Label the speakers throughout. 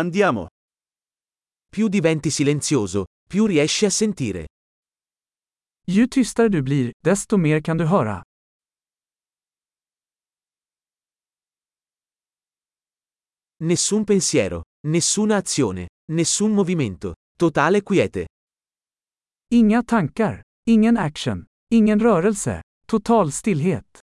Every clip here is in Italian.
Speaker 1: Andiamo.
Speaker 2: Più diventi silenzioso, più riesci a sentire.
Speaker 3: Ju tystare du blir, desto mer kan du höra.
Speaker 2: Nessun pensiero, nessuna azione, nessun movimento, totale quiete.
Speaker 3: Inga tankar, ingen action, ingen rörelse, total stillhet.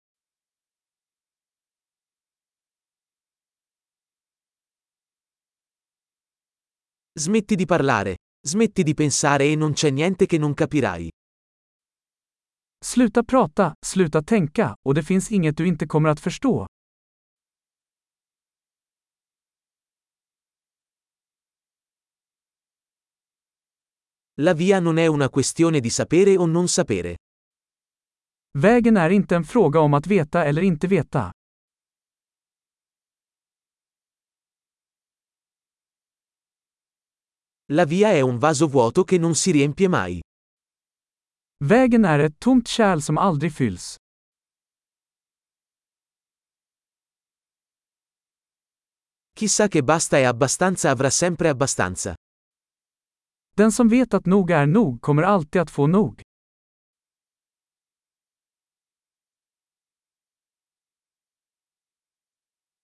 Speaker 2: Smetti di parlare, smetti di pensare e non c'è niente che non capirai.
Speaker 3: Sluta prata, sluta tänka och det finns inget du inte kommer att förstå.
Speaker 2: La via non è una questione di sapere o non sapere.
Speaker 3: Vägen är inte en fråga om att veta eller inte veta.
Speaker 2: La via è un vaso vuoto che non si riempie mai.
Speaker 3: Vägen är ett tomt kärl som aldrig fylls.
Speaker 2: Chissà che basta e abbastanza avrà sempre abbastanza.
Speaker 3: Den som vet att nog är nog kommer alltid att få nog.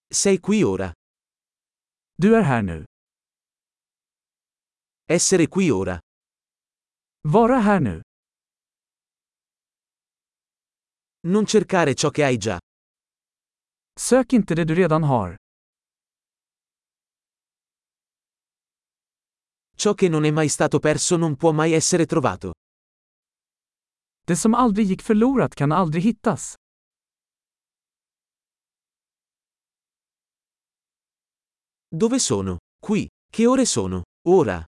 Speaker 2: Sei qui ora.
Speaker 3: Du är här nu.
Speaker 2: Essere qui ora.
Speaker 3: Vara här nu.
Speaker 2: Non cercare ciò che hai già.
Speaker 3: Sök inte det du redan har.
Speaker 2: Ciò che non è mai stato perso non può mai essere trovato.
Speaker 3: Det som aldrig gick förlorat kan aldrig hittas.
Speaker 2: Dove sono? Qui. Che ore sono? Ora.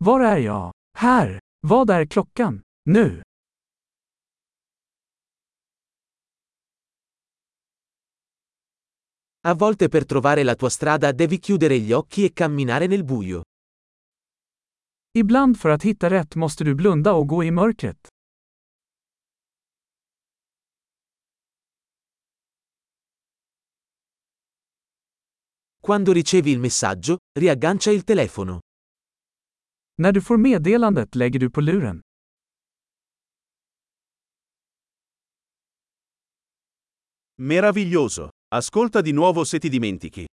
Speaker 3: Var är jag? Här. Vad är klockan? Nu.
Speaker 2: A volte per trovare la tua strada devi chiudere gli occhi e camminare nel buio.
Speaker 3: Ibland för att hitta rätt måste du blunda och gå i mörkret.
Speaker 2: Quando ricevi il messaggio, riaggancia il telefono.
Speaker 3: När du får meddelandet lägger du på luren.
Speaker 1: Meraviglioso. Ascolta di nuovo se ti dimentichi.